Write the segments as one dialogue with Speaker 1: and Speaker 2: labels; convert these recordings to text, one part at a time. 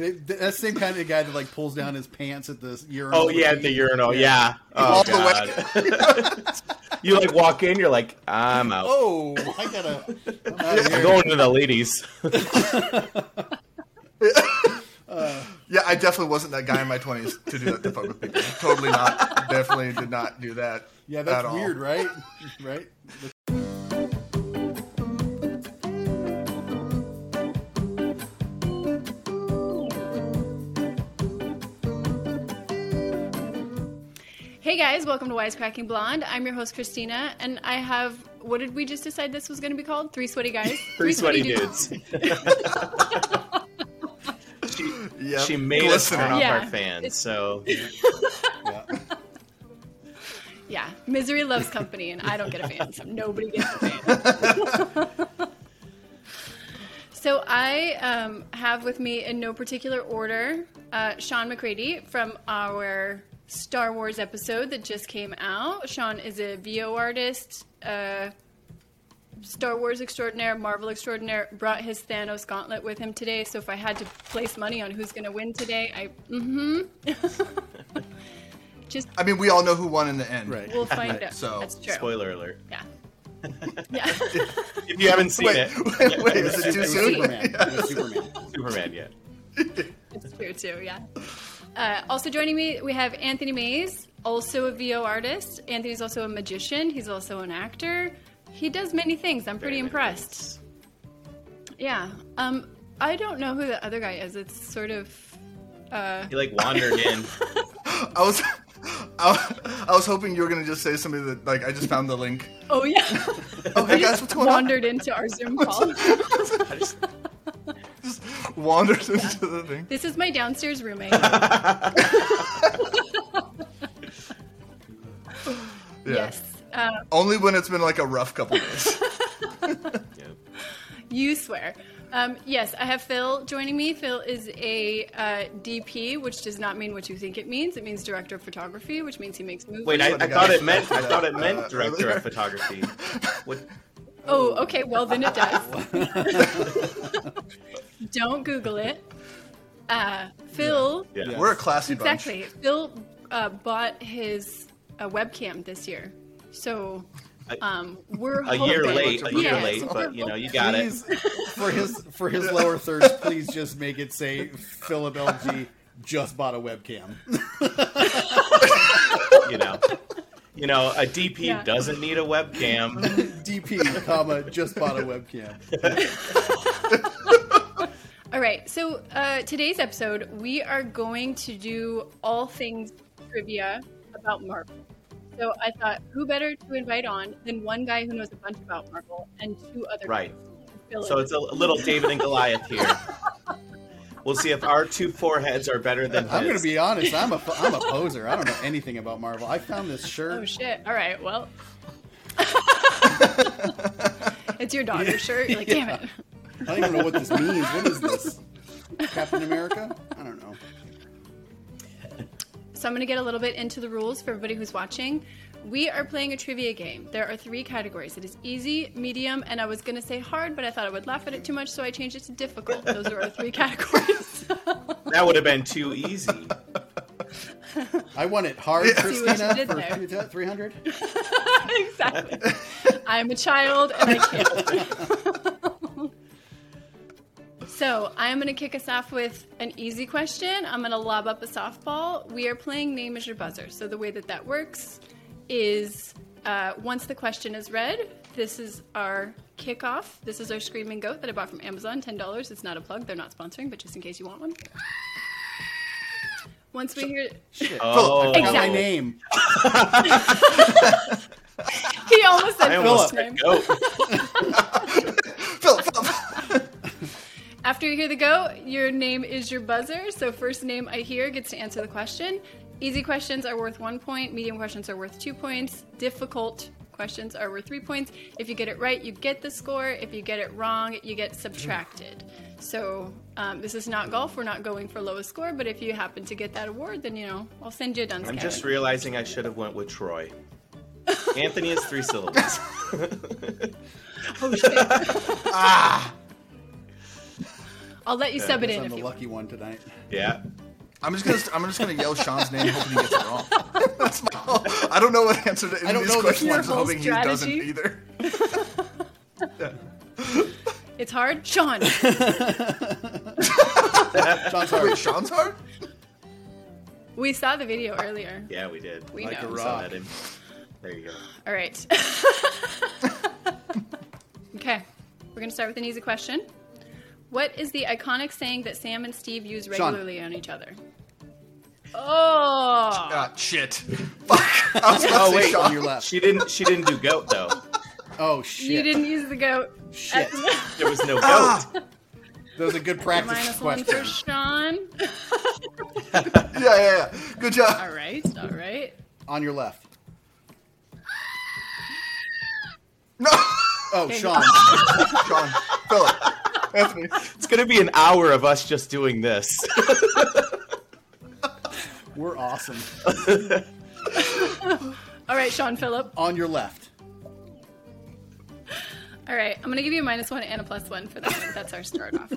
Speaker 1: That same kind of guy that like pulls down his pants at the urinal.
Speaker 2: Oh yeah, the urinal. Yeah. Oh,
Speaker 3: All the way.
Speaker 2: God. you like walk in, you're like, I'm out.
Speaker 1: Oh, I gotta. I'm outta
Speaker 2: I'm
Speaker 1: here.
Speaker 2: going to the ladies.
Speaker 3: Yeah, I definitely wasn't that guy in my twenties to do that to fuck with people. Totally not. Definitely did not do that.
Speaker 1: Yeah,
Speaker 3: at
Speaker 1: that's
Speaker 3: all.
Speaker 1: weird, right? Right.
Speaker 4: Hey guys, welcome to Wisecracking Blonde. I'm your host Christina, and I have what did we just decide this was going to be called? Three sweaty guys.
Speaker 2: Three sweaty dudes. she,
Speaker 3: Yep. uh,
Speaker 2: she made us
Speaker 3: Glistening.
Speaker 2: turn off our
Speaker 4: Yeah.
Speaker 2: fans, so
Speaker 1: Yeah.
Speaker 4: Yeah, misery loves company, and I don't get a fan, so nobody gets a fan. so I um, have with me, in no particular order, uh, Sean McCready from our Star Wars episode that just came out. Sean is a VO artist. Uh, Star Wars extraordinaire, Marvel extraordinaire, brought his Thanos gauntlet with him today. So if I had to place money on who's going to win today, I mm-hmm. just
Speaker 3: I mean, we all know who won in the end.
Speaker 1: Right.
Speaker 4: we'll find out.
Speaker 3: so,
Speaker 4: That's true.
Speaker 2: spoiler alert.
Speaker 4: Yeah. Yeah.
Speaker 2: If you haven't seen
Speaker 3: Wait,
Speaker 2: it,
Speaker 3: wait, wait, is it too
Speaker 1: It was
Speaker 3: soon?
Speaker 1: Superman. It was Superman.
Speaker 2: Superman yet.
Speaker 4: it's true too, yeah. Uh, also joining me, we have Anthony Mays, also a VO artist. Anthony's also a magician. He's also an actor. He does many things. I'm pretty
Speaker 2: Very many
Speaker 4: impressed. Yeah. Um, I don't know who the other guy is. It's sort of. Uh,
Speaker 2: He like wandered in.
Speaker 3: I was, I, I was hoping you were gonna just say something that like I just found the link.
Speaker 4: oh yeah.
Speaker 3: Oh, hey guys, what's going
Speaker 4: Wandered into our Zoom call.
Speaker 2: I just-
Speaker 3: on? Wandered into the thing.
Speaker 4: this is my downstairs roommate.
Speaker 3: Yeah.
Speaker 4: Yes. Uh,
Speaker 3: Only when it's been like a rough couple days.
Speaker 2: yeah.
Speaker 4: You swear. Um, yes, I have Phil joining me. Phil is a uh, DP, which does not mean what you think it means. It means director of photography, which means he makes movies.
Speaker 2: Wait, I, I thought it meant I thought it
Speaker 3: Uh,
Speaker 2: meant director
Speaker 3: earlier.
Speaker 2: of photography. What?
Speaker 4: oh, okay. Well, then it does. Don't Google it. Uh, Phil,
Speaker 2: Yeah.
Speaker 1: Yeah.
Speaker 3: We're a classy
Speaker 4: exactly. Phil uh, bought his uh, webcam this year, so um, we're
Speaker 2: A year
Speaker 4: hoping-
Speaker 2: late, a year
Speaker 4: Yes,
Speaker 2: late,
Speaker 4: we're
Speaker 2: but you know,
Speaker 4: hoping-
Speaker 2: you got it.
Speaker 1: please, for his for his lower thirds, please just make it say Philip LG just bought a webcam.
Speaker 2: You know, you know, a DP
Speaker 4: Yeah.
Speaker 2: doesn't need a webcam.
Speaker 1: DP, comma, just bought a webcam.
Speaker 4: All right. So uh, today's episode, we are going to do all things trivia about Marvel. So I thought, who better to invite on than one guy who knows a bunch about Marvel and two other
Speaker 2: Right.
Speaker 4: guys to fill
Speaker 2: So
Speaker 4: in.
Speaker 2: it's a little David and Goliath here. We'll see if our two foreheads are better than his.
Speaker 1: I'm gonna be honest. I'm a I'm a poser. I don't know anything about Marvel. I found this
Speaker 4: oh
Speaker 1: shirt.
Speaker 4: shit! All right. Well, it's your daughter's shirt. You're like, damn it.
Speaker 2: Oh,
Speaker 1: I don't even know what this means. What is this? Captain America? I don't know.
Speaker 4: So I'm going to get a little bit into the rules for everybody who's watching. We are playing a trivia game. There are three categories. It is easy, medium, and I was going to say hard, but I thought I would laugh at it too much, so I changed it to difficult. Those are our three categories.
Speaker 2: That would have been too easy.
Speaker 1: I want it hard,
Speaker 4: See what you
Speaker 1: Christina,
Speaker 4: did there.
Speaker 1: for three hundred.
Speaker 4: exactly. I'm a child and I can't. so I'm going to kick us off with an easy question. I'm going to lob up a softball. We are playing Name is Your Buzzer. So the way that that works is uh, once the question is read, this is our kickoff. This is our Screaming Goat that I bought from Amazon, $10. It's not a plug, they're not sponsoring, but just in case you want one. Once we hear,
Speaker 1: Found
Speaker 2: Oh,
Speaker 1: my
Speaker 4: Exactly.
Speaker 1: name.
Speaker 4: he almost said
Speaker 2: I almost
Speaker 4: Philip.
Speaker 2: said goat.
Speaker 3: Phil, Phil,
Speaker 4: After you hear the go, your name is your buzzer. So first name I hear gets to answer the question. Easy questions are worth one point. Medium questions are worth two points. Difficult questions are worth three points. If you get it right, you get the score. If you get it wrong, you get subtracted. So um, this is not golf. We're not going for lowest score. But if you happen to get that award, then you know I'll send you a dunce
Speaker 2: I'm
Speaker 4: cap.
Speaker 2: just realizing I should have went with Troy. Anthony is three syllables.
Speaker 4: Oh, shit. I'll let you
Speaker 2: Yeah,
Speaker 4: sub
Speaker 1: Ah.
Speaker 4: it
Speaker 1: Guess I'm
Speaker 4: in if
Speaker 1: the
Speaker 4: you want.
Speaker 1: lucky one tonight.
Speaker 2: Yeah.
Speaker 3: I'm just gonna I'm just gonna yell Sean's name, hoping he gets it wrong. That's my whole, I don't know what answer to any
Speaker 1: I don't
Speaker 3: of
Speaker 1: know
Speaker 3: these
Speaker 1: this
Speaker 3: questions.
Speaker 1: one.
Speaker 3: I'm hoping he
Speaker 4: Strategy.
Speaker 3: doesn't either.
Speaker 4: It's hard. Sean.
Speaker 1: Sean's
Speaker 3: Wait,
Speaker 1: hard.
Speaker 3: Sean's hard?
Speaker 4: we saw the video earlier.
Speaker 2: Yeah, we did.
Speaker 4: We
Speaker 1: Like
Speaker 4: know.
Speaker 1: a
Speaker 2: We
Speaker 1: rock.
Speaker 2: saw that in- There you go.
Speaker 4: All right. okay. We're going to start with an easy question. What is the iconic saying that Sam and Steve use
Speaker 1: Sean.
Speaker 4: regularly on each other? Oh.
Speaker 3: Ah, shit. Fuck. I was about
Speaker 2: Oh
Speaker 3: to say
Speaker 2: wait,
Speaker 3: Sean.
Speaker 1: you left.
Speaker 2: She didn't. She didn't do goat though.
Speaker 1: Oh shit!
Speaker 4: You didn't use the goat.
Speaker 1: Shit.
Speaker 2: There was no
Speaker 3: Ah.
Speaker 2: goat.
Speaker 1: That was a good practice
Speaker 4: Minus one
Speaker 1: question.
Speaker 4: for Sean.
Speaker 3: Yeah, yeah, yeah. Good job.
Speaker 4: All right. All right.
Speaker 1: On your left.
Speaker 3: No.
Speaker 1: Oh,
Speaker 4: Okay.
Speaker 1: Sean.
Speaker 3: Sean, Philip, Anthony.
Speaker 2: It's gonna be an hour of us just doing this.
Speaker 1: We're awesome.
Speaker 4: All right, Sean Phillip.
Speaker 1: On your left.
Speaker 4: All right. I'm going to give you a minus one and a plus one for that one. That's our start off.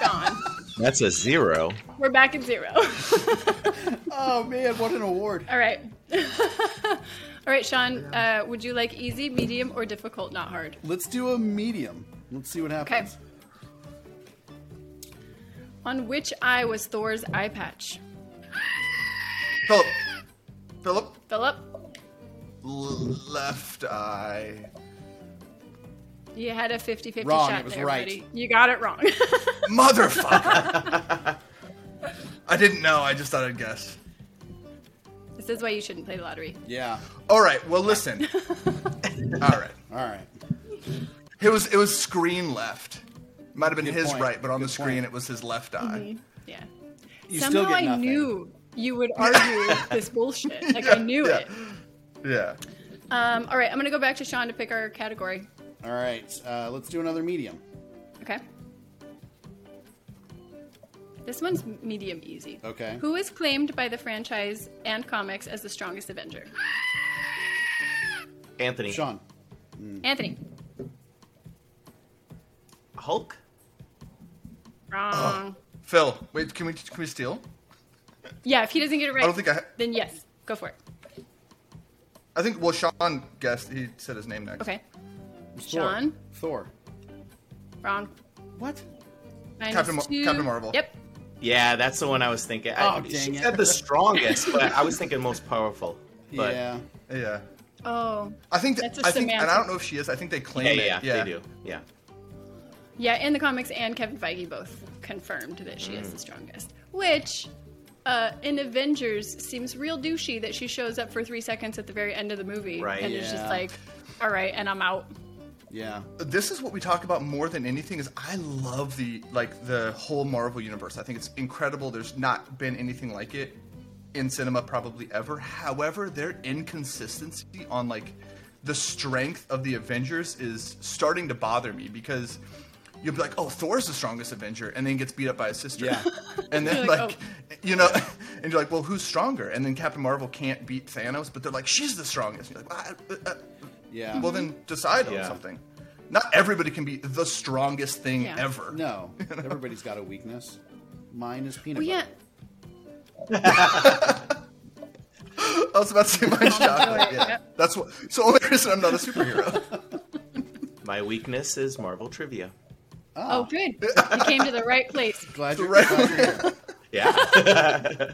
Speaker 4: Sean.
Speaker 2: That's a zero.
Speaker 4: We're back at zero.
Speaker 1: Oh man, what an award!
Speaker 4: All right. All right, Sean. Uh, would you like easy, medium, or difficult, not hard?
Speaker 1: Let's do a medium. Let's see what happens.
Speaker 4: On which eye was Thor's eye patch?
Speaker 3: Philip. Philip.
Speaker 4: Philip,
Speaker 3: L- left eye.
Speaker 4: you had a 50 50
Speaker 1: Wrong,
Speaker 4: shot
Speaker 1: it was
Speaker 4: there,
Speaker 1: right.
Speaker 4: buddy. You got it wrong.
Speaker 3: Motherfucker. I didn't know. I just thought I'd guess.
Speaker 4: this is why you shouldn't play the lottery.
Speaker 1: Yeah.
Speaker 3: All right. Well, listen. All right.
Speaker 1: All right.
Speaker 3: It was it was screen left. Might have been his
Speaker 1: point.
Speaker 3: right, but on
Speaker 1: Good
Speaker 3: the screen
Speaker 1: point.
Speaker 3: it was his left eye.
Speaker 4: Yeah.
Speaker 1: You
Speaker 4: Somehow
Speaker 1: still get
Speaker 4: I
Speaker 1: nothing.
Speaker 4: knew you would argue this bullshit. Like, I
Speaker 3: Yeah,
Speaker 4: knew
Speaker 3: yeah.
Speaker 4: it.
Speaker 3: Yeah.
Speaker 4: Um, all right, I'm going to go back to Sean to pick our category.
Speaker 1: All right. Uh, let's do another medium.
Speaker 4: Okay. This one's medium easy.
Speaker 1: Okay.
Speaker 4: Who is claimed by the franchise and comics as the strongest Avenger?
Speaker 2: Anthony.
Speaker 1: Sean. Hmm.
Speaker 4: Anthony.
Speaker 2: Hulk.
Speaker 1: Oh.
Speaker 4: Wrong.
Speaker 3: Phil, wait, can we can we steal?
Speaker 4: Yeah, if he doesn't get it right,
Speaker 3: I don't think I.
Speaker 4: then yes, go for it.
Speaker 3: I think well, Sean guessed. He said his name next.
Speaker 4: Okay.
Speaker 1: It was
Speaker 4: Sean?
Speaker 1: Thor.
Speaker 4: Wrong.
Speaker 1: Thor. What?
Speaker 4: Minus
Speaker 3: Captain Mar-
Speaker 4: two.
Speaker 3: Captain Marvel.
Speaker 4: Yep.
Speaker 2: Yeah, that's the one I was thinking. I,
Speaker 1: Oh, dang
Speaker 2: she
Speaker 1: it.
Speaker 2: said the strongest, but I was thinking most powerful. But
Speaker 1: yeah.
Speaker 3: Yeah.
Speaker 4: Oh.
Speaker 3: I think
Speaker 4: That's a
Speaker 3: I think, and I
Speaker 4: semantic.
Speaker 3: don't know if she is. I think they claim
Speaker 2: yeah,
Speaker 3: it.
Speaker 2: yeah, they do. Yeah.
Speaker 4: Yeah, in the comics and Kevin Feige both confirmed that she
Speaker 3: Mm.
Speaker 4: is the strongest. Which, uh, in Avengers, seems real douchey that she shows up for three seconds at the very end of the movie.
Speaker 2: Right.
Speaker 4: And it's just
Speaker 1: Yeah.
Speaker 4: like, all right, and I'm out.
Speaker 1: Yeah.
Speaker 3: This is what we talk about more than anything. Is I love the like the whole Marvel universe. I think it's incredible. There's not been anything like it in cinema probably ever. However, their inconsistency on like the strength of the Avengers is starting to bother me because you'll be like, oh, Thor's the strongest Avenger, and then gets beat up by his sister.
Speaker 1: Yeah.
Speaker 3: and then
Speaker 4: You're
Speaker 3: like,
Speaker 4: like,
Speaker 3: you know, and you're like, well, who's stronger? And then Captain Marvel can't beat Thanos, but they're like, she's the strongest. And you're like, "Ah, uh, uh,
Speaker 1: Yeah.
Speaker 3: well, then decide on
Speaker 2: Yeah.
Speaker 3: something. Not everybody can be the strongest thing
Speaker 4: Yeah.
Speaker 3: ever.
Speaker 1: no. Everybody's got a weakness. Mine is peanut
Speaker 4: Well, yeah.
Speaker 1: butter.
Speaker 3: I was about to say mine's chocolate. Yeah.
Speaker 4: Yep.
Speaker 3: That's what. So only reason I'm not a superhero.
Speaker 2: My weakness is Marvel trivia.
Speaker 3: Ah.
Speaker 4: Oh, good. You came to the right place.
Speaker 1: Glad you're
Speaker 3: Right.
Speaker 1: glad you're here.
Speaker 2: Yeah.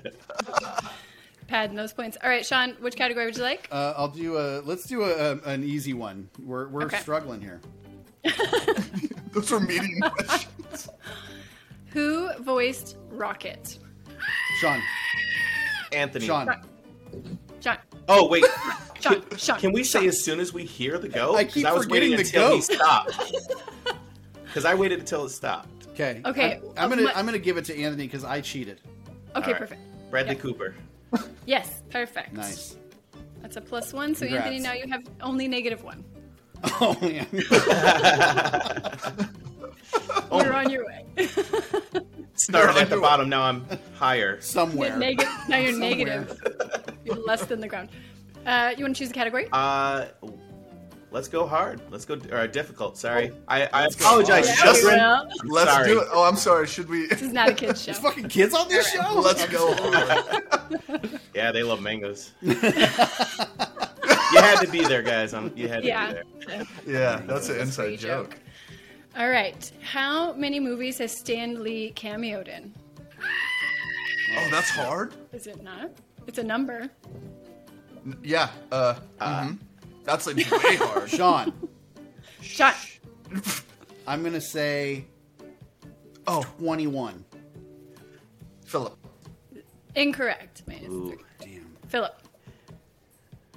Speaker 4: Padding those points. All right, Sean, which category would you like?
Speaker 1: Uh, I'll do a. Let's do a, a an easy one. We're we're
Speaker 4: Okay.
Speaker 1: struggling here.
Speaker 3: Those are medium questions.
Speaker 4: Who voiced Rocket?
Speaker 1: Sean.
Speaker 2: Anthony.
Speaker 1: Sean.
Speaker 4: Sean.
Speaker 2: Oh wait.
Speaker 4: Sean. Sean.
Speaker 2: Can we say as soon as we hear the goat?
Speaker 1: I keep
Speaker 2: 'Cause was
Speaker 1: forgetting
Speaker 2: waiting
Speaker 1: the
Speaker 2: until he
Speaker 1: goat.
Speaker 2: stopped. Because I waited until it stopped.
Speaker 1: Okay.
Speaker 4: Okay,
Speaker 1: I'm, I'm
Speaker 4: uh,
Speaker 1: gonna
Speaker 4: my-
Speaker 1: I'm gonna give it to Anthony because I cheated.
Speaker 4: Okay,
Speaker 2: All right.
Speaker 4: perfect.
Speaker 2: Bradley
Speaker 4: Yeah.
Speaker 2: Cooper.
Speaker 4: Yes, perfect.
Speaker 1: Nice.
Speaker 4: That's a plus one. So,
Speaker 1: Congrats.
Speaker 4: Anthony, now you have only negative one.
Speaker 1: Oh man.
Speaker 2: Oh,
Speaker 4: You're on your way.
Speaker 2: started
Speaker 3: They're
Speaker 2: at the
Speaker 3: under-
Speaker 2: bottom. Now I'm higher.
Speaker 1: Somewhere.
Speaker 4: Negative. Now you're
Speaker 1: Somewhere. Uh,
Speaker 4: negative. You're less than the ground. Uh, you want to choose a category?
Speaker 2: Uh, Let's go hard. Let's go or difficult. Sorry,
Speaker 3: Oh.
Speaker 2: I, I
Speaker 1: Let's go
Speaker 2: apologize,
Speaker 1: hard.
Speaker 4: Yeah,
Speaker 2: children.
Speaker 4: well,
Speaker 2: I'm
Speaker 3: Let's
Speaker 2: sorry.
Speaker 3: do it. Oh, I'm sorry. Should we?
Speaker 4: this is not a kids show.
Speaker 1: There's fucking kids on this show.
Speaker 3: Let's go hard.
Speaker 2: Yeah, they love mangoes. you had to be there, guys. i you had to
Speaker 4: Yeah.
Speaker 2: be there.
Speaker 3: Yeah, that's an inside
Speaker 4: free
Speaker 3: joke.
Speaker 4: joke. All right. How many movies has Stan Lee cameoed in?
Speaker 3: Oh, that's hard.
Speaker 4: Is it not? It's a number.
Speaker 3: N- Yeah. Uh, mhm. That's like way hard.
Speaker 1: Sean,
Speaker 4: Shot.
Speaker 1: I'm gonna say
Speaker 3: Oh,
Speaker 1: 21.
Speaker 3: Philip,
Speaker 4: Incorrect. Minus
Speaker 2: Ooh.
Speaker 4: three.
Speaker 1: Damn.
Speaker 4: Philip,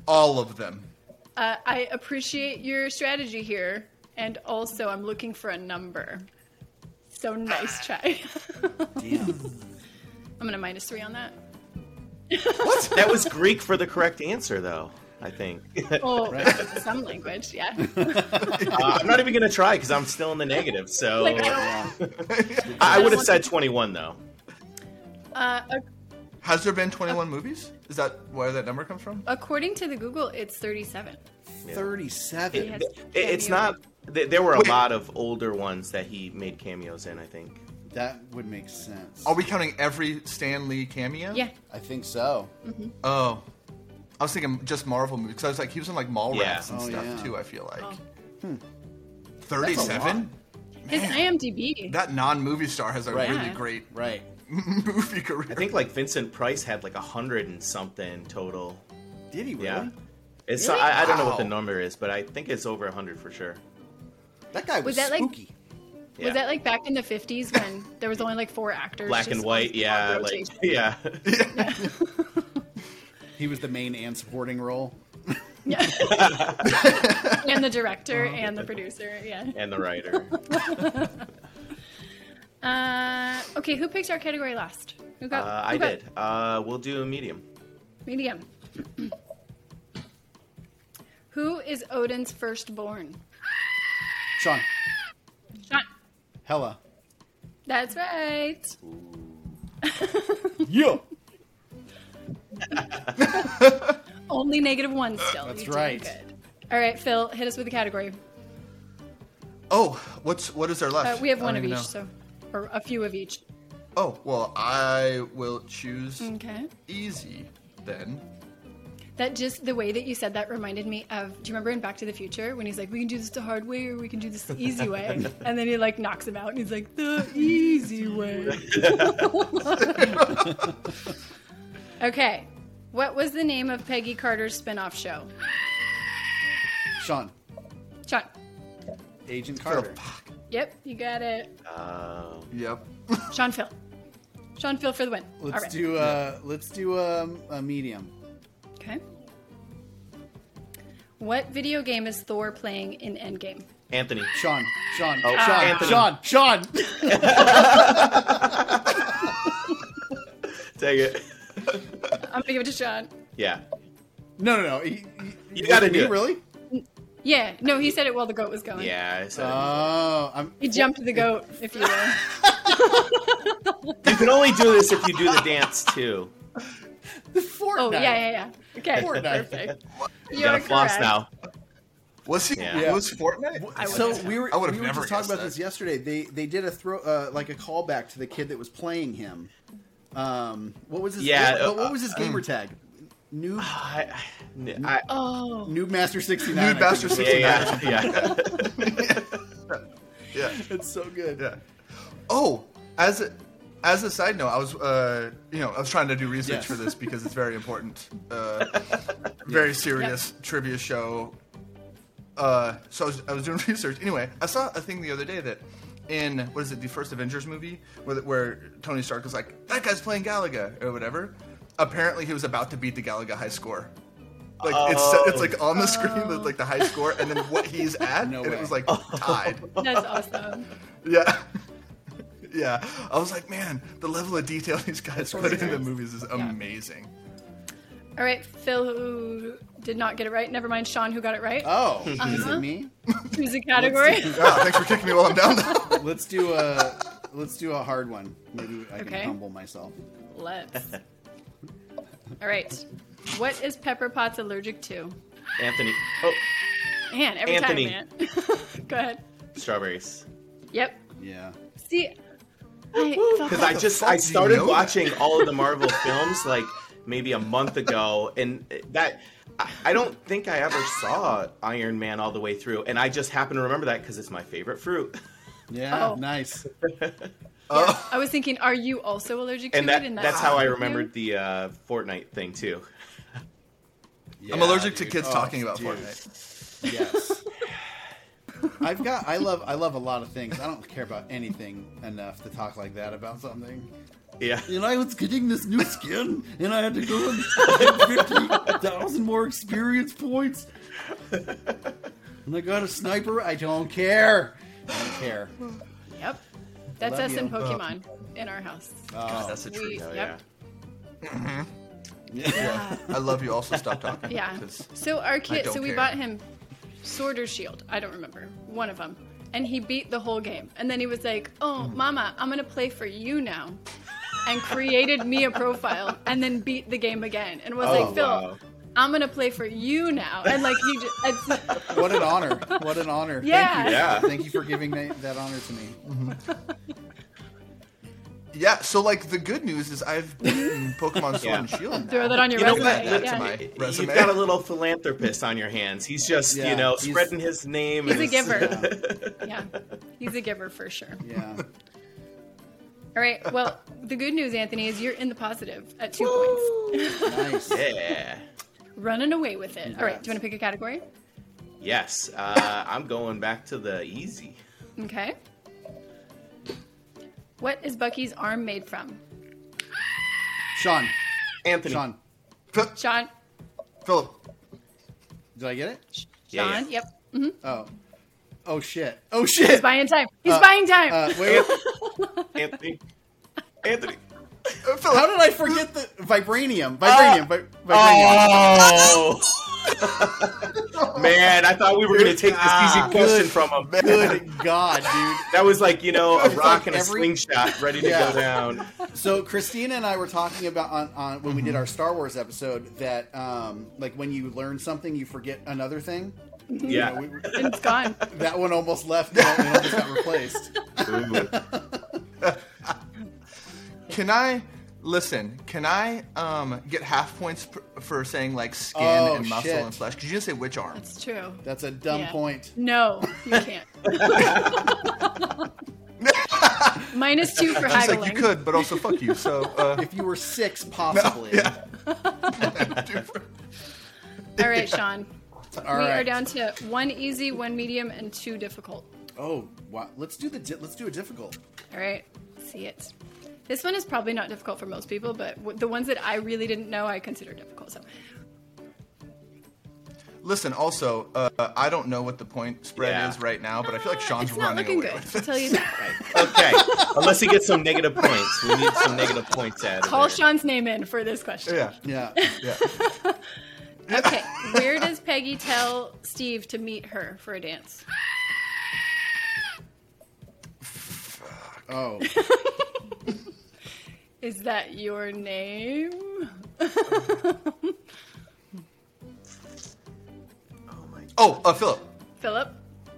Speaker 3: all of them.
Speaker 4: uh, I appreciate your strategy here, and also I'm looking for a number. So
Speaker 2: Ah.
Speaker 4: nice try.
Speaker 1: Damn.
Speaker 4: I'm gonna minus three on that.
Speaker 2: That was Greek for the correct answer, though. I think. uh,
Speaker 4: Oh, some language, yeah.
Speaker 2: I'm not even gonna try because I'm still in the negative. So
Speaker 4: Like, I
Speaker 2: I,
Speaker 4: don't-
Speaker 1: Yeah.
Speaker 2: would have said 21 though.
Speaker 4: uh, ac-
Speaker 3: Has there been 21 movies? Is that where that number comes from?
Speaker 4: according to the Google, it's 37.
Speaker 2: Yeah.
Speaker 1: 37.
Speaker 2: It-
Speaker 4: has
Speaker 2: it- it's
Speaker 4: cameos.
Speaker 2: not. th- There were a
Speaker 3: Wait.
Speaker 2: lot of older ones that he made cameos in. I think.
Speaker 1: That would make sense.
Speaker 3: Are we counting every Stan Lee
Speaker 2: Oh,
Speaker 3: cameo?
Speaker 4: Yeah.
Speaker 1: I think so.
Speaker 3: Oh. I was thinking just Marvel movies. Cause I was like, he was in like Mallrats
Speaker 2: Yeah.
Speaker 3: and
Speaker 1: Oh,
Speaker 3: stuff
Speaker 1: yeah. Hmm.
Speaker 3: too. I feel like
Speaker 4: Oh.
Speaker 1: That's a
Speaker 3: 37.
Speaker 1: lot.
Speaker 4: His IMDb.
Speaker 3: That non-movie star has a
Speaker 1: Right.
Speaker 3: really
Speaker 4: Yeah.
Speaker 3: great
Speaker 1: Right.
Speaker 3: movie career.
Speaker 2: I think like Vincent Price had like a hundred and something total.
Speaker 1: Did he really?
Speaker 2: Yeah. It's I, I don't know what the
Speaker 3: Wow.
Speaker 2: number is, but I think it's over hundred for sure.
Speaker 1: That guy was,
Speaker 4: Was that, like-
Speaker 1: spooky.
Speaker 2: Yeah.
Speaker 4: Was that like back in the 50s when there was only like four actors?
Speaker 2: black
Speaker 4: just
Speaker 2: and white?
Speaker 4: on- on
Speaker 2: Yeah, like
Speaker 4: rotation?
Speaker 2: yeah.
Speaker 1: He was the main and supporting role.
Speaker 4: Yeah. and the director
Speaker 2: Oh,
Speaker 4: and the producer, yeah.
Speaker 2: and the writer.
Speaker 4: Uh, okay, who picked our category last? Who got?
Speaker 2: Uh,
Speaker 4: who
Speaker 2: I
Speaker 4: got
Speaker 2: did. Uh, we'll do medium.
Speaker 4: Medium. who is Odin's firstborn?
Speaker 1: Sean,
Speaker 4: Sean.
Speaker 1: Hella.
Speaker 4: That's right.
Speaker 1: Yeah.
Speaker 4: Only negative one still.
Speaker 1: That's
Speaker 4: You're doing
Speaker 1: right.
Speaker 4: Good. All right, Phil, hit us with the category.
Speaker 3: Oh, what's what is there
Speaker 4: Uh,
Speaker 3: left?
Speaker 4: we have
Speaker 3: I
Speaker 4: one of
Speaker 3: don't
Speaker 4: each,
Speaker 3: even know.
Speaker 4: so or a few of each.
Speaker 3: Oh well, I will choose
Speaker 4: Okay.
Speaker 3: easy then.
Speaker 4: That just the way that you said that reminded me of. Do you remember in Back to the Future when he's like, "We can do this the hard way, or we can do this the easy way," and then he like knocks him out, and he's like, "The easy way." okay, what was the name of Peggy Carter's spin-off show?
Speaker 1: Sean,
Speaker 4: Sean.
Speaker 1: Agent Carter.
Speaker 3: Philip. Fuck.
Speaker 4: Yep, you got it.
Speaker 2: Uh,
Speaker 3: Yep.
Speaker 4: Sean Phil. Sean Phil for the win.
Speaker 1: Let's do uh let's do um, a medium.
Speaker 4: Okay. What video game is Thor playing in Endgame?
Speaker 2: Anthony.
Speaker 1: Sean, Sean,
Speaker 2: Oh,
Speaker 1: Sean,
Speaker 2: Anthony.
Speaker 1: Sean, Sean.
Speaker 2: Take it.
Speaker 4: I'm gonna give it to Sean.
Speaker 2: Yeah.
Speaker 1: No, no, no. He,
Speaker 2: You gotta
Speaker 1: me,
Speaker 2: do it.
Speaker 1: really.
Speaker 4: Yeah, no, he said it while the goat was going.
Speaker 2: Yeah. I said it.
Speaker 1: Oh, I'm.
Speaker 4: He jumped the goat, if you will.
Speaker 2: you can only do this if you do the dance too.
Speaker 1: Fortnite.
Speaker 4: Oh, yeah, yeah, yeah. Okay,
Speaker 1: Fortnite.
Speaker 4: perfect.
Speaker 2: You
Speaker 4: You're
Speaker 2: gotta floss
Speaker 4: correct.
Speaker 2: now.
Speaker 3: Was he?
Speaker 2: Yeah.
Speaker 3: Was Fortnite?
Speaker 1: W-
Speaker 4: I would've
Speaker 1: So
Speaker 4: guessed
Speaker 1: we were.
Speaker 3: I would've
Speaker 1: we were
Speaker 3: never
Speaker 1: just talking
Speaker 3: guessed
Speaker 1: about
Speaker 3: that.
Speaker 1: this yesterday. They they did a throw uh, like a callback to the kid that was playing him. Um, what was his?
Speaker 2: Yeah,
Speaker 1: What,
Speaker 2: uh,
Speaker 1: what was his
Speaker 3: mm.
Speaker 1: gamer tag? Noob
Speaker 2: I, I, I-
Speaker 4: Oh,
Speaker 1: Noob Master sixty nine.
Speaker 3: Nude Bastard
Speaker 2: yeah,
Speaker 3: 69.
Speaker 2: yeah, yeah.
Speaker 3: Yeah.
Speaker 1: It's so good.
Speaker 3: Yeah. Oh, as a, as a side note, I was uh, you know I was trying to do research
Speaker 1: Yes.
Speaker 3: for this because it's very important, uh, very serious trivia show. Uh, so I was, I was doing research. Anyway, I saw a thing the other day that in what is it the first Avengers movie where the- where Tony Stark was like that guy's playing Galaga or whatever. Apparently, he was about to beat the Galaga high score. Like
Speaker 2: Oh.
Speaker 3: it's it's like on the screen with like the high score and then what he's at,
Speaker 1: No
Speaker 3: and
Speaker 1: way.
Speaker 3: it was like tied.
Speaker 4: that's awesome.
Speaker 3: Yeah. yeah. I was like, man, the level of detail these guys put in the movies is amazing.
Speaker 4: All right, Phil, who did not get it right. Never mind Sean, who got it right.
Speaker 1: Oh, is
Speaker 4: Uh-huh.
Speaker 1: it me?
Speaker 4: Choose a category.
Speaker 3: Yeah, thanks for kicking me while I'm down.
Speaker 1: Let's do a let's do a hard one. Maybe I can
Speaker 4: Okay.
Speaker 1: humble myself.
Speaker 4: Let's. All right. What is Pepper Potts allergic to?
Speaker 2: Anthony. Oh,
Speaker 4: Man, every
Speaker 2: Anthony.
Speaker 4: time, man. Go ahead.
Speaker 2: Strawberries.
Speaker 4: Yep.
Speaker 1: Yeah.
Speaker 4: See, I, fuck
Speaker 2: Because
Speaker 4: off.
Speaker 2: I just
Speaker 3: fuck
Speaker 2: I
Speaker 3: do you
Speaker 2: started
Speaker 3: know that?
Speaker 2: watching all of the Marvel films like maybe a month ago, and that I- I don't think I ever saw Iron Man all the way through, and I just happen to remember that because it's my favorite fruit.
Speaker 1: Yeah.
Speaker 4: Oh.
Speaker 1: Nice.
Speaker 4: I was thinking, are you also allergic to
Speaker 2: and
Speaker 4: it?
Speaker 2: that, that's how I
Speaker 4: Yeah.
Speaker 2: remembered the uh, Fortnite thing too.
Speaker 3: I'm
Speaker 1: Yeah,
Speaker 3: allergic to
Speaker 1: dude.
Speaker 3: kids
Speaker 1: Oh,
Speaker 3: talking about
Speaker 1: dude.
Speaker 3: Fortnite.
Speaker 1: Yes. I've got. I love. I love a lot of things. I don't care about anything enough to talk like that about something.
Speaker 2: Yeah.
Speaker 1: And I was getting this new skin, and I had to go and fifty thousand more experience points. And I got a sniper. I don't care. I don't care.
Speaker 4: Yep. That's
Speaker 1: Love
Speaker 4: us in
Speaker 2: Uh,
Speaker 1: you.
Speaker 4: Pokemon in our house.
Speaker 3: God, that's a
Speaker 4: We-
Speaker 3: treat.
Speaker 2: Oh, yeah.
Speaker 4: yep.
Speaker 1: Yeah.
Speaker 3: I love you. Also, stop talking.
Speaker 4: Yeah.
Speaker 3: 'cause-
Speaker 4: So our kid,
Speaker 3: don't
Speaker 4: so we
Speaker 3: care.
Speaker 4: bought him sword or shield. I don't remember. One of them. And he beat the whole game. And then he was like, oh,
Speaker 2: Mm.
Speaker 4: mama, I'm going to play for you now. And created me a profile and then beat the game again. And was
Speaker 2: Oh,
Speaker 4: like, Phil,
Speaker 2: wow.
Speaker 4: I'm going to play for you now. And like, he just, it's,
Speaker 1: What an honor! What an honor!
Speaker 4: Yeah.
Speaker 1: Thank you.
Speaker 2: Yeah.
Speaker 1: Thank you for giving that, that honor to me.
Speaker 3: Yeah. So, like, the good news is I've been Pokemon Sword
Speaker 2: Yeah.
Speaker 3: and Shield.
Speaker 4: throw
Speaker 3: now.
Speaker 4: that on your
Speaker 2: You know
Speaker 4: resume.
Speaker 2: what?
Speaker 3: Add that
Speaker 4: Yeah.
Speaker 3: to my
Speaker 2: You've
Speaker 3: resume.
Speaker 2: got a little philanthropist on your hands. He's just,
Speaker 1: Yeah,
Speaker 2: you know,
Speaker 1: he's-
Speaker 2: spreading his name.
Speaker 4: He's
Speaker 2: and
Speaker 4: a
Speaker 2: his-
Speaker 4: giver. yeah. He's a giver for sure.
Speaker 1: Yeah.
Speaker 4: All right. Well, the good news, Anthony, is you're in the positive at two points.
Speaker 1: Nice.
Speaker 2: yeah.
Speaker 4: Running away with it. All right.
Speaker 1: Congrats.
Speaker 4: Do you want to pick a category?
Speaker 2: Yes. Uh, I'm going back to the easy.
Speaker 4: Okay. What is Bucky's arm made from?
Speaker 1: Sean.
Speaker 2: Anthony.
Speaker 1: Sean.
Speaker 4: Sean.
Speaker 3: Philip.
Speaker 1: Did I get it?
Speaker 2: Yeah, yeah.
Speaker 4: Sean. Yep.
Speaker 1: Oh. Oh shit. Oh shit.
Speaker 4: He's buying time. He's
Speaker 1: Uh,
Speaker 4: buying time.
Speaker 1: Uh, wait.
Speaker 2: Anthony. Anthony.
Speaker 3: Uh, Philip.
Speaker 1: How did I forget the vibranium?
Speaker 3: Uh,
Speaker 1: Vibranium. vi- vibranium.
Speaker 2: Oh. Man, I thought we were going to take this easy
Speaker 3: Ah,
Speaker 2: question from him.
Speaker 1: Good God, dude.
Speaker 2: That was like, you know, a
Speaker 1: It's
Speaker 2: rock
Speaker 1: like
Speaker 2: and a
Speaker 1: every-
Speaker 2: slingshot ready to
Speaker 1: Yeah.
Speaker 2: go down.
Speaker 1: So Christina and I were talking about on, on when we
Speaker 3: Mm-hmm.
Speaker 1: did our Star Wars episode that um, like when you learn something, you forget another thing.
Speaker 2: Yeah.
Speaker 1: We- we-
Speaker 4: and it's gone.
Speaker 1: that one almost left. That one almost got replaced.
Speaker 3: Can I listen? Can I um, get half points pr- for saying like skin
Speaker 1: Oh,
Speaker 3: and muscle
Speaker 1: shit.
Speaker 3: and flesh? Because you didn't say which arm.
Speaker 4: It's true.
Speaker 1: That's a dumb
Speaker 4: Yeah.
Speaker 1: point.
Speaker 4: No, you can't. Minus two for
Speaker 3: It's like
Speaker 4: haggling.
Speaker 3: you could, but also fuck you. So uh,
Speaker 1: If you were six, possibly.
Speaker 3: yeah.
Speaker 4: All right, Sean.
Speaker 1: All
Speaker 4: we are
Speaker 1: right.
Speaker 4: down to one easy, one medium, and two difficult.
Speaker 1: Oh, wow. let's do the di- let's do a difficult.
Speaker 4: All right, see it. This one is probably not difficult for most people, but w- the ones that I really didn't know, I consider difficult. So,
Speaker 3: listen. Also, uh, I don't know what the point spread
Speaker 2: Yeah.
Speaker 3: is right now, but I feel like
Speaker 4: Uh,
Speaker 3: Sean's
Speaker 4: it's not
Speaker 3: running
Speaker 4: looking
Speaker 3: away.
Speaker 4: good.
Speaker 3: with
Speaker 4: I'll
Speaker 3: it.
Speaker 4: tell you that.
Speaker 2: Okay. Unless he gets some negative points. We need some negative points out of
Speaker 4: Call
Speaker 2: there.
Speaker 4: Sean's name in for this question.
Speaker 3: Yeah,
Speaker 1: Yeah.
Speaker 3: yeah.
Speaker 4: Okay, where does Peggy tell Steve to meet her for a dance?
Speaker 1: Oh.
Speaker 4: Is that your name?
Speaker 3: Oh, uh, Philip,
Speaker 4: Philip?
Speaker 3: Uh,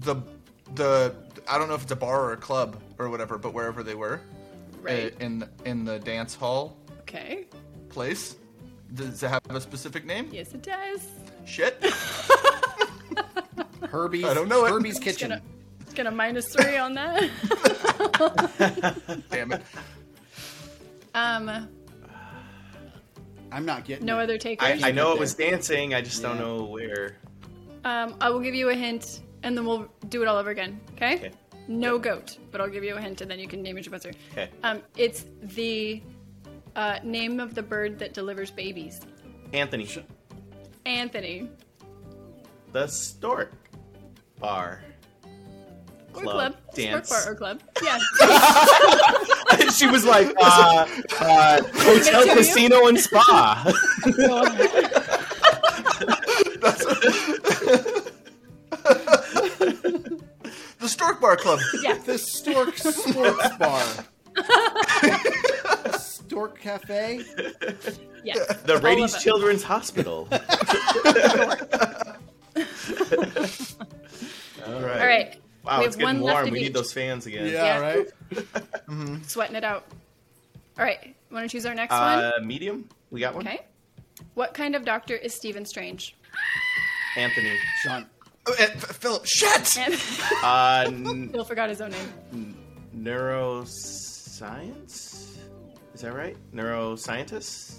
Speaker 3: the the I don't know if it's a bar or a club or whatever, but wherever they were,
Speaker 4: Right.
Speaker 3: uh, in in the dance hall
Speaker 4: Okay.
Speaker 3: place, does it have a specific name?
Speaker 4: Yes, it does.
Speaker 3: Shit.
Speaker 1: Herbie's
Speaker 3: I don't know it.
Speaker 1: Herbie's kitchen.
Speaker 4: Gonna, gonna minus three on that.
Speaker 3: Damn it.
Speaker 4: Um,
Speaker 1: I'm not getting
Speaker 4: no
Speaker 1: it.
Speaker 4: other takers.
Speaker 2: I, I know it was
Speaker 1: there.
Speaker 2: dancing. I just don't
Speaker 1: Yeah.
Speaker 2: know where.
Speaker 4: Um, I will give you a hint, and then we'll do it all over again. Okay?
Speaker 2: Okay.
Speaker 4: No goat, but I'll give you a hint, and then you can name it your buzzer.
Speaker 2: Okay.
Speaker 4: Um, it's the uh, name of the bird that delivers babies.
Speaker 2: Anthony.
Speaker 4: Anthony.
Speaker 2: The stork bar.
Speaker 4: Or
Speaker 2: Club.
Speaker 4: club.
Speaker 2: Dance.
Speaker 4: Sport bar or club. Yeah.
Speaker 2: she was like, uh, uh, hotel,
Speaker 4: you?
Speaker 2: casino, and spa.
Speaker 3: The Stork Bar Club.
Speaker 4: yeah.
Speaker 1: The Stork Sports Bar. Stork Cafe?
Speaker 4: Yes.
Speaker 2: The
Speaker 4: of
Speaker 2: Rady's
Speaker 4: it.
Speaker 2: Children's Hospital. Wow,
Speaker 4: We
Speaker 2: it's
Speaker 4: have one
Speaker 2: getting
Speaker 4: left
Speaker 2: warm.
Speaker 4: of
Speaker 2: We
Speaker 4: each.
Speaker 2: need those fans again.
Speaker 1: Yeah,
Speaker 4: Yeah.
Speaker 1: right.
Speaker 4: Sweating it out. All right. Want to choose our next
Speaker 2: Uh, medium. We got one.
Speaker 4: one? Okay. What kind of doctor is Stephen Strange?
Speaker 2: Anthony.
Speaker 1: Sean.
Speaker 3: Oh, eh, F- Philip, shit!
Speaker 4: And
Speaker 2: Uh, n-
Speaker 4: Bill forgot his own name.
Speaker 2: neuroscience. Is that right? Neuroscientist.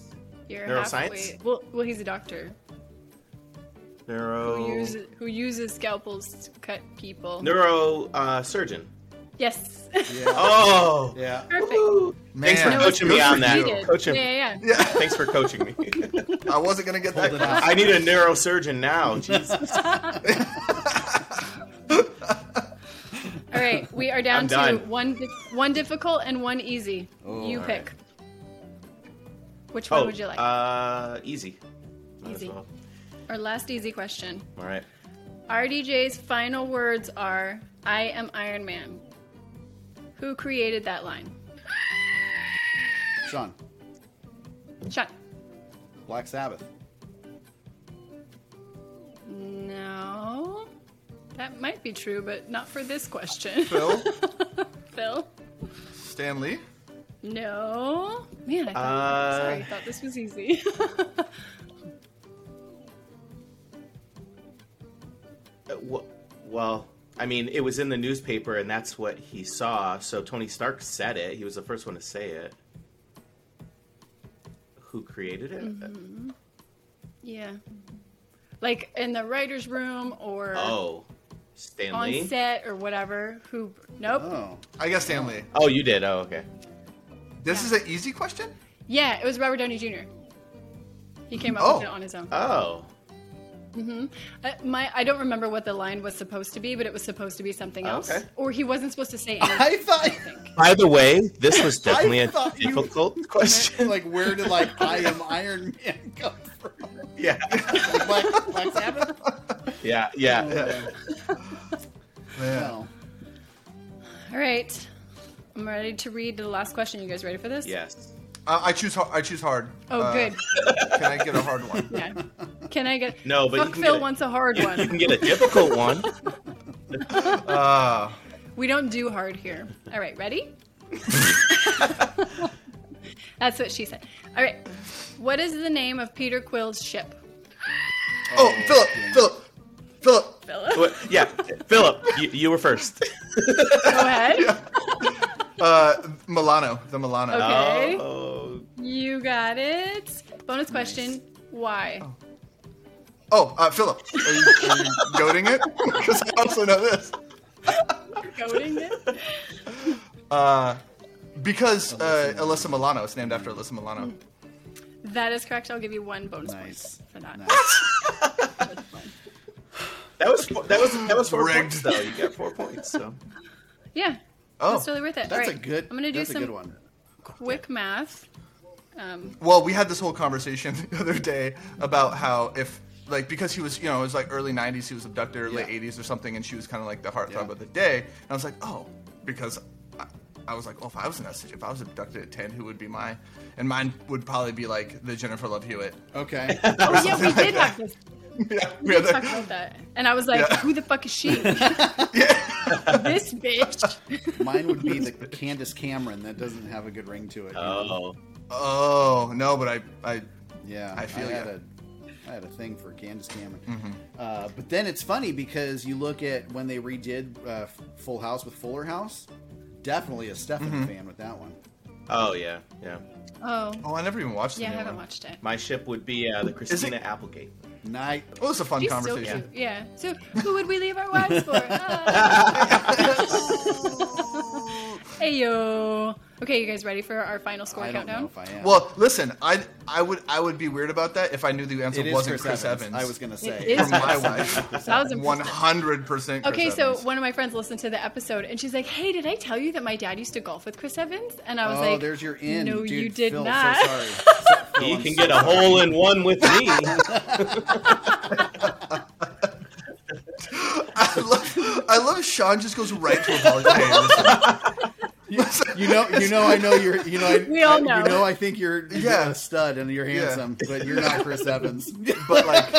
Speaker 4: You're
Speaker 2: Neuroscience?
Speaker 4: halfway. Well, well, he's a doctor
Speaker 2: Neuro.
Speaker 4: who uses who uses scalpels to cut people.
Speaker 2: Oh. Neuro uh, surgeon.
Speaker 4: Yes.
Speaker 1: Yeah.
Speaker 2: Oh.
Speaker 1: Yeah.
Speaker 4: Perfect.
Speaker 3: Man,
Speaker 2: Thanks for
Speaker 4: No,
Speaker 2: coaching
Speaker 3: good
Speaker 2: me
Speaker 3: for
Speaker 2: on that.
Speaker 3: you.
Speaker 4: Needed.
Speaker 2: Coach him.
Speaker 4: Yeah, yeah. yeah.
Speaker 3: Yeah,
Speaker 2: Thanks for coaching me.
Speaker 3: I wasn't gonna get
Speaker 1: Hold it
Speaker 3: that.
Speaker 1: up.
Speaker 2: I need a neurosurgeon now. Jesus.
Speaker 4: All right, we are down
Speaker 2: I'm
Speaker 4: to
Speaker 2: done.
Speaker 4: one di- one difficult and one easy.
Speaker 1: Oh,
Speaker 4: you
Speaker 1: all
Speaker 4: pick. Which one
Speaker 2: Oh,
Speaker 4: would you like?
Speaker 2: Uh, easy. Might
Speaker 4: Easy.
Speaker 2: As well.
Speaker 4: Our last easy question.
Speaker 2: All right.
Speaker 4: RDJ's final words are I am Iron Man. Who created that line?
Speaker 1: Sean.
Speaker 4: Sean.
Speaker 1: Black Sabbath.
Speaker 4: No. That might be true, but not for this question.
Speaker 3: Phil,
Speaker 4: Phil?
Speaker 3: Stanley,
Speaker 4: No. Man, I thought,
Speaker 2: Uh,
Speaker 4: sorry, I thought this was easy.
Speaker 2: Uh, wh- well, I mean, it was in the newspaper, and that's what he saw. So Tony Stark said it. He was the first one to say it. Who created it?
Speaker 4: Mm-hmm. yeah. Like in the writer's room or
Speaker 2: Oh,
Speaker 4: on
Speaker 2: Stanley.
Speaker 4: set or whatever. Who? Nope.
Speaker 1: Oh.
Speaker 3: I guess Stanley.
Speaker 2: Oh, you did. Oh, okay.
Speaker 3: This
Speaker 4: Yeah.
Speaker 3: is an easy question.
Speaker 4: Yeah, it was Robert Downey Jr. He came up
Speaker 3: Oh.
Speaker 4: with it on his own.
Speaker 2: Oh,
Speaker 4: Uh, my, I don't remember what the line was supposed to be, but it was supposed to be something else,
Speaker 2: Okay.
Speaker 4: or he wasn't supposed to say anything.
Speaker 1: I thought.
Speaker 4: I think.
Speaker 2: By the way, this was definitely
Speaker 1: I
Speaker 2: a
Speaker 1: thought you-
Speaker 2: difficult question.
Speaker 1: Like, where did like I am Iron Man come from?
Speaker 2: yeah,
Speaker 1: Like, Black, Black Sabbath.
Speaker 2: yeah, yeah.
Speaker 1: Yeah.
Speaker 3: Man.
Speaker 1: No.
Speaker 4: All right, I'm ready to read the last question. You guys ready for this?
Speaker 2: Yes.
Speaker 3: I, I choose. Hard, I choose hard.
Speaker 4: Oh,
Speaker 3: Uh,
Speaker 4: good.
Speaker 3: Can I get a hard one?
Speaker 4: Yeah. Can I get?
Speaker 2: No, but you
Speaker 4: Fuck
Speaker 2: can
Speaker 4: Phil
Speaker 2: get it.
Speaker 4: wants a hard
Speaker 2: You
Speaker 4: one.
Speaker 2: can get a difficult one.
Speaker 3: Uh,
Speaker 4: We don't do hard here. All right, ready? That's what she said. All right. What is the name of Peter Quill's ship?
Speaker 3: oh, Philip, Philip, Philip.
Speaker 4: Philip,
Speaker 2: What- yeah, Philip, you, you were first.
Speaker 4: go ahead.
Speaker 3: Uh, Milano, the Milano.
Speaker 4: Okay.
Speaker 2: Oh,
Speaker 4: You got it. Bonus question. Why?
Speaker 3: Oh, uh, Philip, are you, are you goading it? Because I also know this.
Speaker 4: Goading it?
Speaker 3: Uh, because uh, Alyssa Mm. Milano is named after Alyssa Milano.
Speaker 4: That is correct. I'll give you one bonus
Speaker 1: Nice.
Speaker 4: point for that.
Speaker 1: Nice.
Speaker 2: that was four- that was that was four
Speaker 3: Rigged.
Speaker 2: points though. You got four points. So
Speaker 4: Yeah.
Speaker 3: Oh,
Speaker 4: That's totally worth it.
Speaker 1: That's
Speaker 4: All
Speaker 1: a
Speaker 4: right,
Speaker 1: good.
Speaker 4: I'm gonna do
Speaker 1: that's
Speaker 4: some
Speaker 1: a good one.
Speaker 4: quick math. Um,
Speaker 3: well, we had this whole conversation the other day about how if like because he was you know it was like early 90s he was abducted or late
Speaker 1: Yeah.
Speaker 3: 80s or something and she was kind of like the heartthrob
Speaker 1: Yeah.
Speaker 3: of the day and i was like oh because I, I was like oh if i was in that situ- if i was abducted at 10 who would be my and mine would probably be like the jennifer love hewitt
Speaker 1: Okay.
Speaker 4: oh yeah, we did have this.
Speaker 3: yeah,
Speaker 4: We
Speaker 3: yeah,
Speaker 4: did talk about that, and I was like,
Speaker 3: Yeah.
Speaker 4: "Who the fuck is she? this bitch."
Speaker 1: Mine would be the Candace Cameron. That doesn't have a good ring to it.
Speaker 2: oh,
Speaker 3: oh no but i i
Speaker 1: Yeah,
Speaker 3: I feel
Speaker 1: I had
Speaker 3: ya. Mm-hmm.
Speaker 1: a I had a thing for Candace Cameron. Uh, but then it's funny because you look at when they redid uh, Full House with Fuller House. Definitely a Stefan
Speaker 3: Mm-hmm.
Speaker 1: fan with that one.
Speaker 2: oh yeah, yeah.
Speaker 4: Oh,
Speaker 3: oh i never even watched the
Speaker 4: yeah, I
Speaker 3: new
Speaker 4: haven't
Speaker 3: one.
Speaker 4: watched it.
Speaker 2: My ship would be uh, the Christina Applegate.
Speaker 1: Night.
Speaker 3: it was a fun
Speaker 4: She's so
Speaker 3: conversation
Speaker 4: cute. Yeah. So, who would we leave our wives for? Ah. hey yo. Okay, you guys ready for our final score
Speaker 1: I don't
Speaker 4: countdown?
Speaker 1: know if I am.
Speaker 3: Well, listen, I I would I would be weird about that if I knew the answer
Speaker 1: it is
Speaker 3: wasn't Chris, Evans.
Speaker 1: I was gonna say.
Speaker 4: It is
Speaker 3: for my wife.
Speaker 4: Thousand
Speaker 3: One
Speaker 4: percent.
Speaker 3: hundred percent.
Speaker 4: Okay, so one of my friends listened to the episode and she's like, "Hey, did I tell you that my dad used to golf with Chris Evans?" And I was
Speaker 1: oh,
Speaker 4: like,
Speaker 1: there's your in.
Speaker 4: No,
Speaker 1: dude.
Speaker 4: you did
Speaker 1: Phil,
Speaker 4: not.
Speaker 1: So sorry. Phil,
Speaker 2: You
Speaker 1: I'm
Speaker 2: can
Speaker 1: so
Speaker 2: get a
Speaker 1: sorry.
Speaker 2: hole in one with me.
Speaker 3: I love I love Sean just goes right to apology.
Speaker 1: You, you know, you know, I know you're. You know, I,
Speaker 4: We all
Speaker 1: I-
Speaker 4: know.
Speaker 1: You know, I think you're, you're
Speaker 3: Yeah.
Speaker 1: a stud and you're
Speaker 3: Yeah.
Speaker 1: handsome, but you're not Chris Evans.
Speaker 3: but like,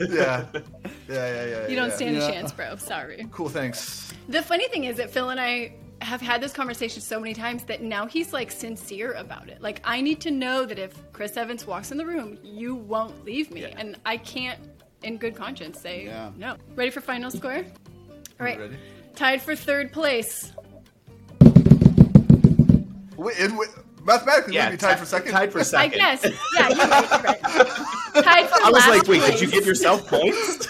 Speaker 3: yeah, Yeah, yeah, yeah.
Speaker 4: You
Speaker 3: yeah.
Speaker 4: don't stand
Speaker 1: Yeah.
Speaker 4: a chance, bro. Sorry.
Speaker 3: Cool, thanks.
Speaker 4: The funny thing is that Phil and I have had this conversation so many times that now he's like sincere about it. Like I need to know that if Chris Evans walks in the room, you won't leave me,
Speaker 2: Yeah.
Speaker 4: and I can't, in good conscience, say
Speaker 1: Yeah.
Speaker 4: no. Ready for final score? All right,
Speaker 3: ready.
Speaker 4: tied for third place.
Speaker 3: Wait, it, wait, mathematically,
Speaker 2: Yeah,
Speaker 3: we'd be tied
Speaker 2: ti-
Speaker 3: for second.
Speaker 2: Tied for
Speaker 4: I
Speaker 2: second.
Speaker 4: guess. Yeah, you're right. You're right. Tied for
Speaker 2: I was
Speaker 4: last
Speaker 2: like, wait,
Speaker 4: place.
Speaker 2: did you give yourself points?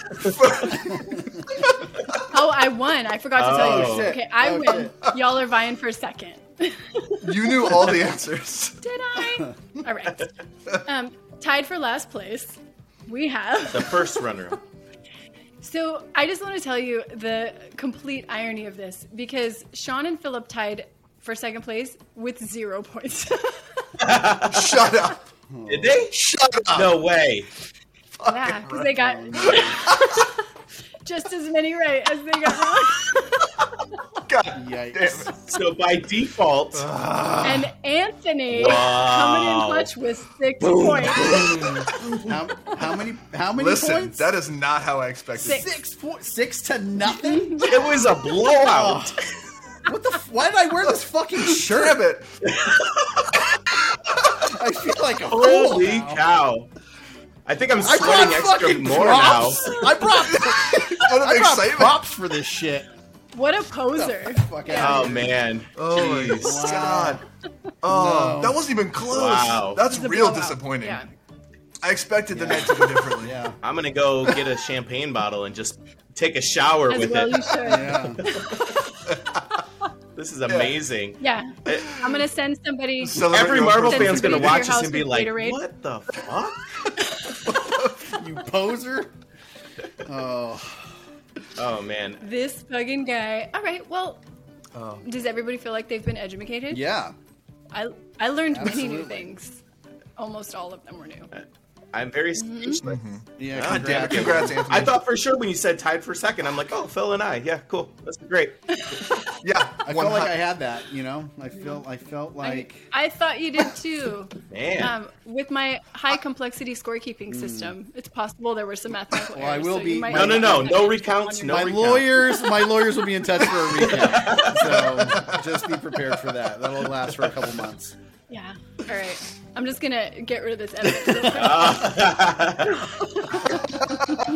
Speaker 4: Oh, I won. I forgot to tell you.
Speaker 2: Oh,
Speaker 1: shit.
Speaker 4: Okay, I
Speaker 1: Oh,
Speaker 4: win. Y'all are vying for second. Did
Speaker 3: you knew all the answers.
Speaker 4: I? All right. Um, tied for last place, we have.
Speaker 2: the first runner. up.
Speaker 4: So I just want to tell you the complete irony of this because Sean and Philip tied for second place with zero points.
Speaker 3: Shut up.
Speaker 2: Did they?
Speaker 3: Shut up.
Speaker 2: No way.
Speaker 4: yeah, because they
Speaker 1: Oh,
Speaker 4: got just as many right as they got wrong.
Speaker 3: God
Speaker 1: Yikes.
Speaker 2: So by default,
Speaker 4: And Anthony
Speaker 2: Wow.
Speaker 4: coming in clutch with six points.
Speaker 1: how, how many? How many
Speaker 3: Listen,
Speaker 1: points?
Speaker 3: that is not how I expected.
Speaker 4: Six.
Speaker 3: it.
Speaker 1: six po- six to nothing.
Speaker 2: it was a blowout.
Speaker 1: what the? F- why did I wear this fucking shirt?
Speaker 3: Damn it.
Speaker 1: I feel like a fool.
Speaker 2: Holy
Speaker 1: now.
Speaker 2: cow. I think I'm
Speaker 1: Oh. I
Speaker 2: sweating
Speaker 1: brought
Speaker 2: extra
Speaker 1: fucking
Speaker 2: more
Speaker 1: props.
Speaker 2: now.
Speaker 1: I brought.
Speaker 3: Out of
Speaker 1: I brought
Speaker 3: excitement.
Speaker 1: props for this shit.
Speaker 4: What a poser.
Speaker 1: Fuck out.
Speaker 2: Oh man.
Speaker 3: Oh my
Speaker 2: Jeez.
Speaker 3: god. Oh,
Speaker 1: No.
Speaker 3: that wasn't even close.
Speaker 2: Wow.
Speaker 3: That's
Speaker 4: It's a
Speaker 3: real
Speaker 4: blowout.
Speaker 3: disappointing.
Speaker 4: Yeah.
Speaker 3: I expected the
Speaker 1: Yeah.
Speaker 3: night to go differently.
Speaker 1: Yeah.
Speaker 2: I'm gonna go get a champagne bottle and just take a shower
Speaker 4: As
Speaker 2: with
Speaker 4: well
Speaker 2: it.
Speaker 4: you should.
Speaker 1: Yeah.
Speaker 2: This is amazing.
Speaker 4: Yeah. I'm gonna send somebody
Speaker 3: Celebrate
Speaker 2: Every
Speaker 3: your
Speaker 2: Marvel
Speaker 3: birthday.
Speaker 2: fan's gonna
Speaker 4: Send somebody to
Speaker 2: watch
Speaker 4: your
Speaker 2: this and be
Speaker 4: house with
Speaker 2: like,
Speaker 4: Gatorade.
Speaker 2: "What the fuck?"
Speaker 1: You poser. Oh.
Speaker 2: Oh man,
Speaker 4: this fucking guy. All right, well
Speaker 3: Oh.
Speaker 4: does everybody feel like they've been educated?
Speaker 1: Yeah.
Speaker 4: I I learned many new
Speaker 1: Absolutely.
Speaker 4: things. Almost all of them were new.
Speaker 2: I'm very
Speaker 4: Mm-hmm.
Speaker 2: speechless.
Speaker 1: Yeah.
Speaker 2: God damn it,
Speaker 1: congrats.
Speaker 3: Congrats, Anthony.
Speaker 2: I thought for sure when you said tied for second, I'm like, "Oh, Phil and I, yeah, cool, that's great."
Speaker 3: Yeah.
Speaker 1: I
Speaker 3: one
Speaker 1: felt like
Speaker 3: hot-
Speaker 1: I had that. You know. I felt. I felt like.
Speaker 4: I, I thought you did too.
Speaker 2: Man,
Speaker 4: Um, with my high complexity scorekeeping system, it's possible there were some mathematical
Speaker 1: Hmm. Well, I
Speaker 4: errors,
Speaker 1: will
Speaker 4: so you
Speaker 1: be-
Speaker 4: might
Speaker 1: No,
Speaker 2: no, no,
Speaker 4: have
Speaker 2: no,
Speaker 4: gotten
Speaker 2: no
Speaker 4: it.
Speaker 2: recounts, no
Speaker 1: my
Speaker 2: recounts.
Speaker 1: lawyers, my lawyers will be in touch for a recap, so just be prepared for that. That'll last for a couple months.
Speaker 4: Yeah. All right. I'm just gonna get rid of this edit. all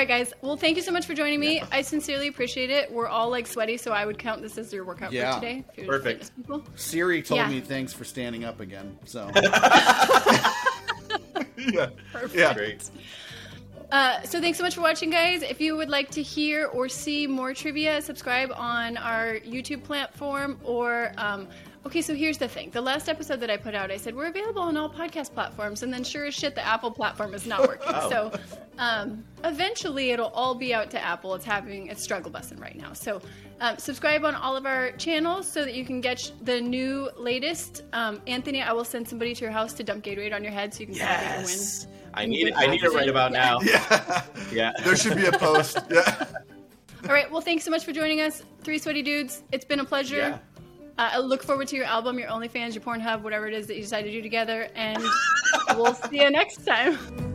Speaker 4: right, guys. Well, thank you so much for joining me. I sincerely appreciate it. We're all like sweaty, so I would count this as your workout
Speaker 1: Yeah.
Speaker 4: for today. if you're
Speaker 2: Perfect.
Speaker 4: fitness people.
Speaker 1: Siri told
Speaker 4: Yeah.
Speaker 1: me thanks for standing up again. So
Speaker 3: Yeah.
Speaker 4: Perfect.
Speaker 3: Yeah.
Speaker 2: Great.
Speaker 4: Uh, so thanks so much for watching, guys. If you would like to hear or see more trivia, subscribe on our YouTube platform or. Um, Okay, so here's the thing. The last episode that I put out, I said we're available on all podcast platforms, and then sure as shit, the Apple platform is not working.
Speaker 2: Oh.
Speaker 4: So um, eventually, it'll all be out to Apple. It's having a struggle lesson right now. So um, subscribe on all of our channels so that you can get sh- the new latest. Um, Anthony, I will send somebody to your house to dump Gatorade on your head so you can celebrate and win.
Speaker 2: Yes, I need, I need it right about now.
Speaker 3: Yeah.
Speaker 2: Yeah.
Speaker 3: There should be a post. Yeah.
Speaker 4: All right. Well, thanks so much for joining us, Three Sweaty Dudes. It's been a pleasure.
Speaker 2: Yeah.
Speaker 4: Uh, I look forward to your album, your OnlyFans, your Pornhub, whatever it is that you decide to do together. And we'll see you next time.